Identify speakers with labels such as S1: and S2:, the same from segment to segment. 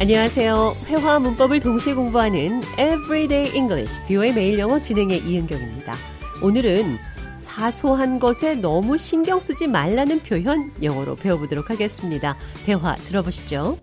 S1: 안녕하세요. 회화 문법을 동시에 공부하는 Everyday English, 뷰의 매일 영어 진행의 이은경입니다. 오늘은 사소한 것에 너무 신경 쓰지 말라는 표현 영어로 배워보도록 하겠습니다. 대화 들어보시죠.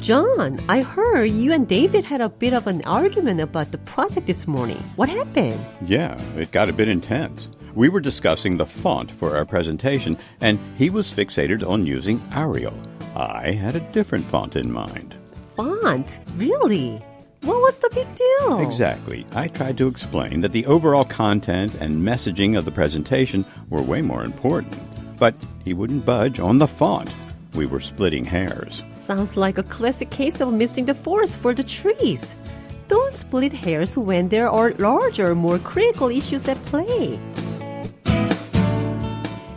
S1: John, I heard you and David had a bit of an argument about the project this morning. What happened?
S2: Yeah, it got a bit intense. We were discussing the font for our presentation, and he was fixated on using Arial. I had a different font in mind.
S1: Font? Really? What was the big deal?
S2: Exactly. I tried to explain that the overall content and messaging of the presentation were way more important, but he wouldn't budge on the font. We were splitting hairs.
S1: Sounds like a classic case of missing the forest for the trees. Don't split hairs when there are larger, more critical issues at play.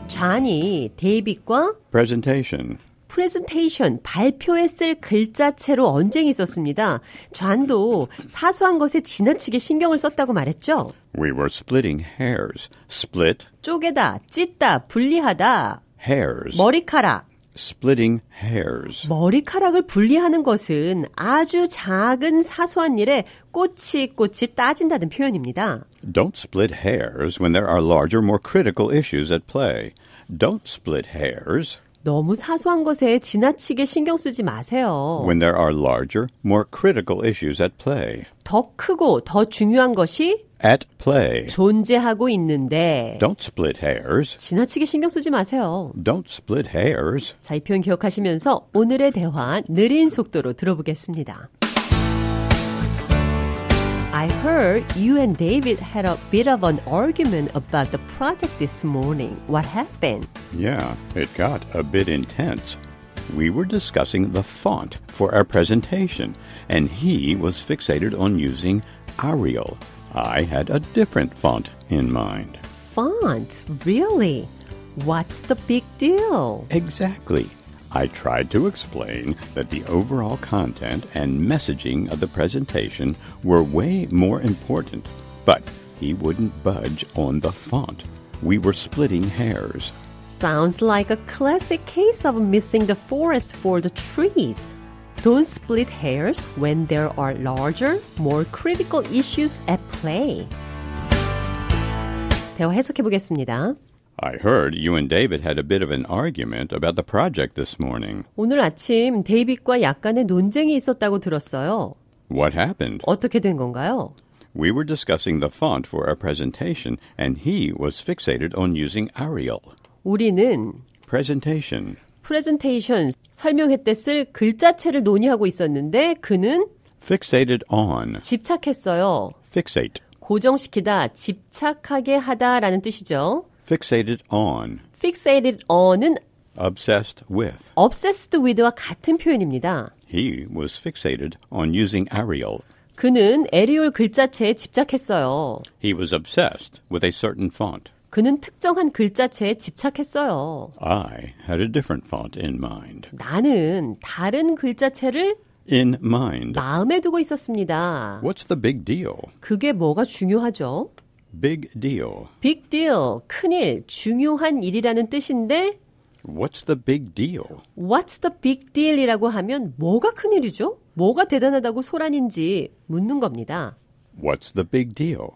S1: 잔이 데이빗과
S2: Presentation.
S1: 프레젠테이션 발표에 쓸 글자체로 언쟁이 있었습니다. 잔도 사소한 것에 지나치게 신경을 썼다고 말했죠.
S2: We were splitting hairs. Split
S1: 쪼개다, 찢다, 분리하다,
S2: hairs.
S1: 머리카락.
S2: Splitting hairs.
S1: 머리카락을 분리하는 것은 아주 작은 사소한 일에 꼬치꼬치 따진다는 표현입니다.
S2: Don't split hairs when there are larger, more critical issues at play. Don't split hairs
S1: 너무 사소한 것에 지나치게 신경 쓰지 마세요.
S2: when there are larger, more critical issues at play.
S1: 더 크고 더 중요한 것이
S2: At play.
S1: 존재하고 있는데
S2: Don't split hairs.
S1: 지나치게 신경 쓰지 마세요.
S2: Don't split hairs.
S1: 자, 이 표현 기억하시면서 오늘의 대화 느린 속도로 들어보겠습니다. I heard you and David had a bit of an argument about the project this morning. What happened?
S2: Yeah, it got a bit intense. We were discussing the font for our presentation, and he was fixated on using Arial. I had a different font in mind.
S1: Font, really? What's the big deal?
S2: Exactly. I tried to explain that the overall content and messaging of the presentation were way more important, but he wouldn't budge on the font. We were splitting hairs.
S1: Sounds like a classic case of missing the forest for the trees. Don't split hairs when there are larger, more critical issues at play. 대화 해석해 보겠습니다.
S2: I heard you and David had a bit of an argument about the project this morning.
S1: 오늘 아침 데이빗과 약간의 논쟁이 있었다고 들었어요.
S2: What happened?
S1: 어떻게 된 건가요?
S2: We were discussing the font for our presentation, and he was fixated on using Arial.
S1: 우리는
S2: Presentation.
S1: 프레젠테이션 설명회 때 쓸 글자체를 논의하고 있었는데 그는
S2: Fixated on.
S1: 집착했어요.
S2: Fixate.
S1: 고정시키다, 집착하게 하다라는 뜻이죠.
S2: Fixated on.
S1: fixated on은
S2: Obsessed with.
S1: obsessed with와 같은 표현입니다.
S2: He was fixated on using Arial.
S1: 그는 에리올 글자체에 집착했어요.
S2: He was obsessed with a certain font.
S1: 그는 특정한 글자체에 집착했어요.
S2: I had a different font in mind.
S1: 나는 다른 글자체를
S2: In mind.
S1: 마음에 두고 있었습니다.
S2: What's the big deal?
S1: 그게 뭐가 중요하죠?
S2: Big deal.
S1: big deal, 큰일, 중요한 일이라는 뜻인데
S2: What's the big deal?
S1: what's the big deal이라고 하면 뭐가 큰일이죠? 뭐가 대단하다고 소란인지 묻는 겁니다.
S2: What's the big deal?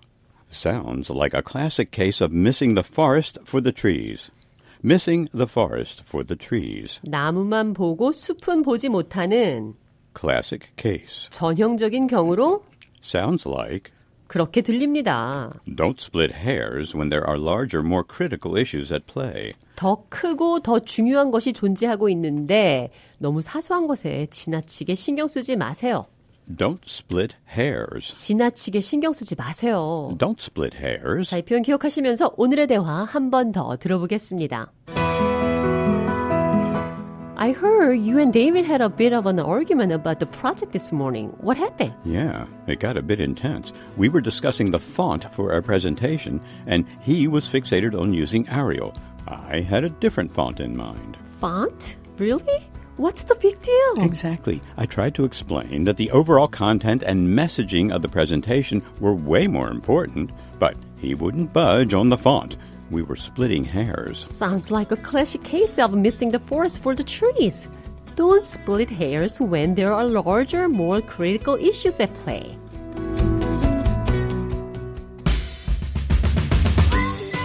S2: Sounds like a classic case of missing the forest for the trees. Missing the forest for the trees.
S1: 나무만 보고 숲은 보지 못하는
S2: Classic case.
S1: 전형적인 경우로
S2: Sounds like
S1: 그렇게 들립니다.
S2: don't split hairs when there are larger, more critical issues at play.
S1: 더 크고 더 중요한 것이 존재하고 있는데 너무 사소한 것에 지나치게 신경 쓰지 마세요.
S2: Don't split hairs.
S1: 지나치게 신경 쓰지 마세요.
S2: Don't split hairs.
S1: 자, 이 표현 기억하시면서 오늘의 대화 한 번 더 들어보겠습니다. I heard you and David had a bit of an argument about the project this morning. What happened?
S2: Yeah, it got a bit intense. We were discussing the font for our presentation, and he was fixated on using Arial. I had a different font in mind.
S1: Font? Really? What's the big deal?
S2: Exactly. I tried to explain that the overall content and messaging of the presentation were way more important, but he wouldn't budge on the font. We were splitting hairs.
S1: Sounds like a classic case of missing the forest for the trees. Don't split hairs when there are larger, more critical issues at play.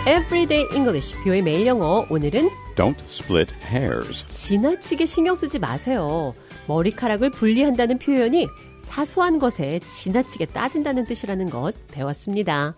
S1: Everyday English, 뷰의 매일 영어. 오늘은
S2: Don't split hairs.
S1: 지나치게 신경 쓰지 마세요. 머리카락을 분리한다는 표현이 사소한 것에 지나치게 따진다는 뜻이라는 것 배웠습니다.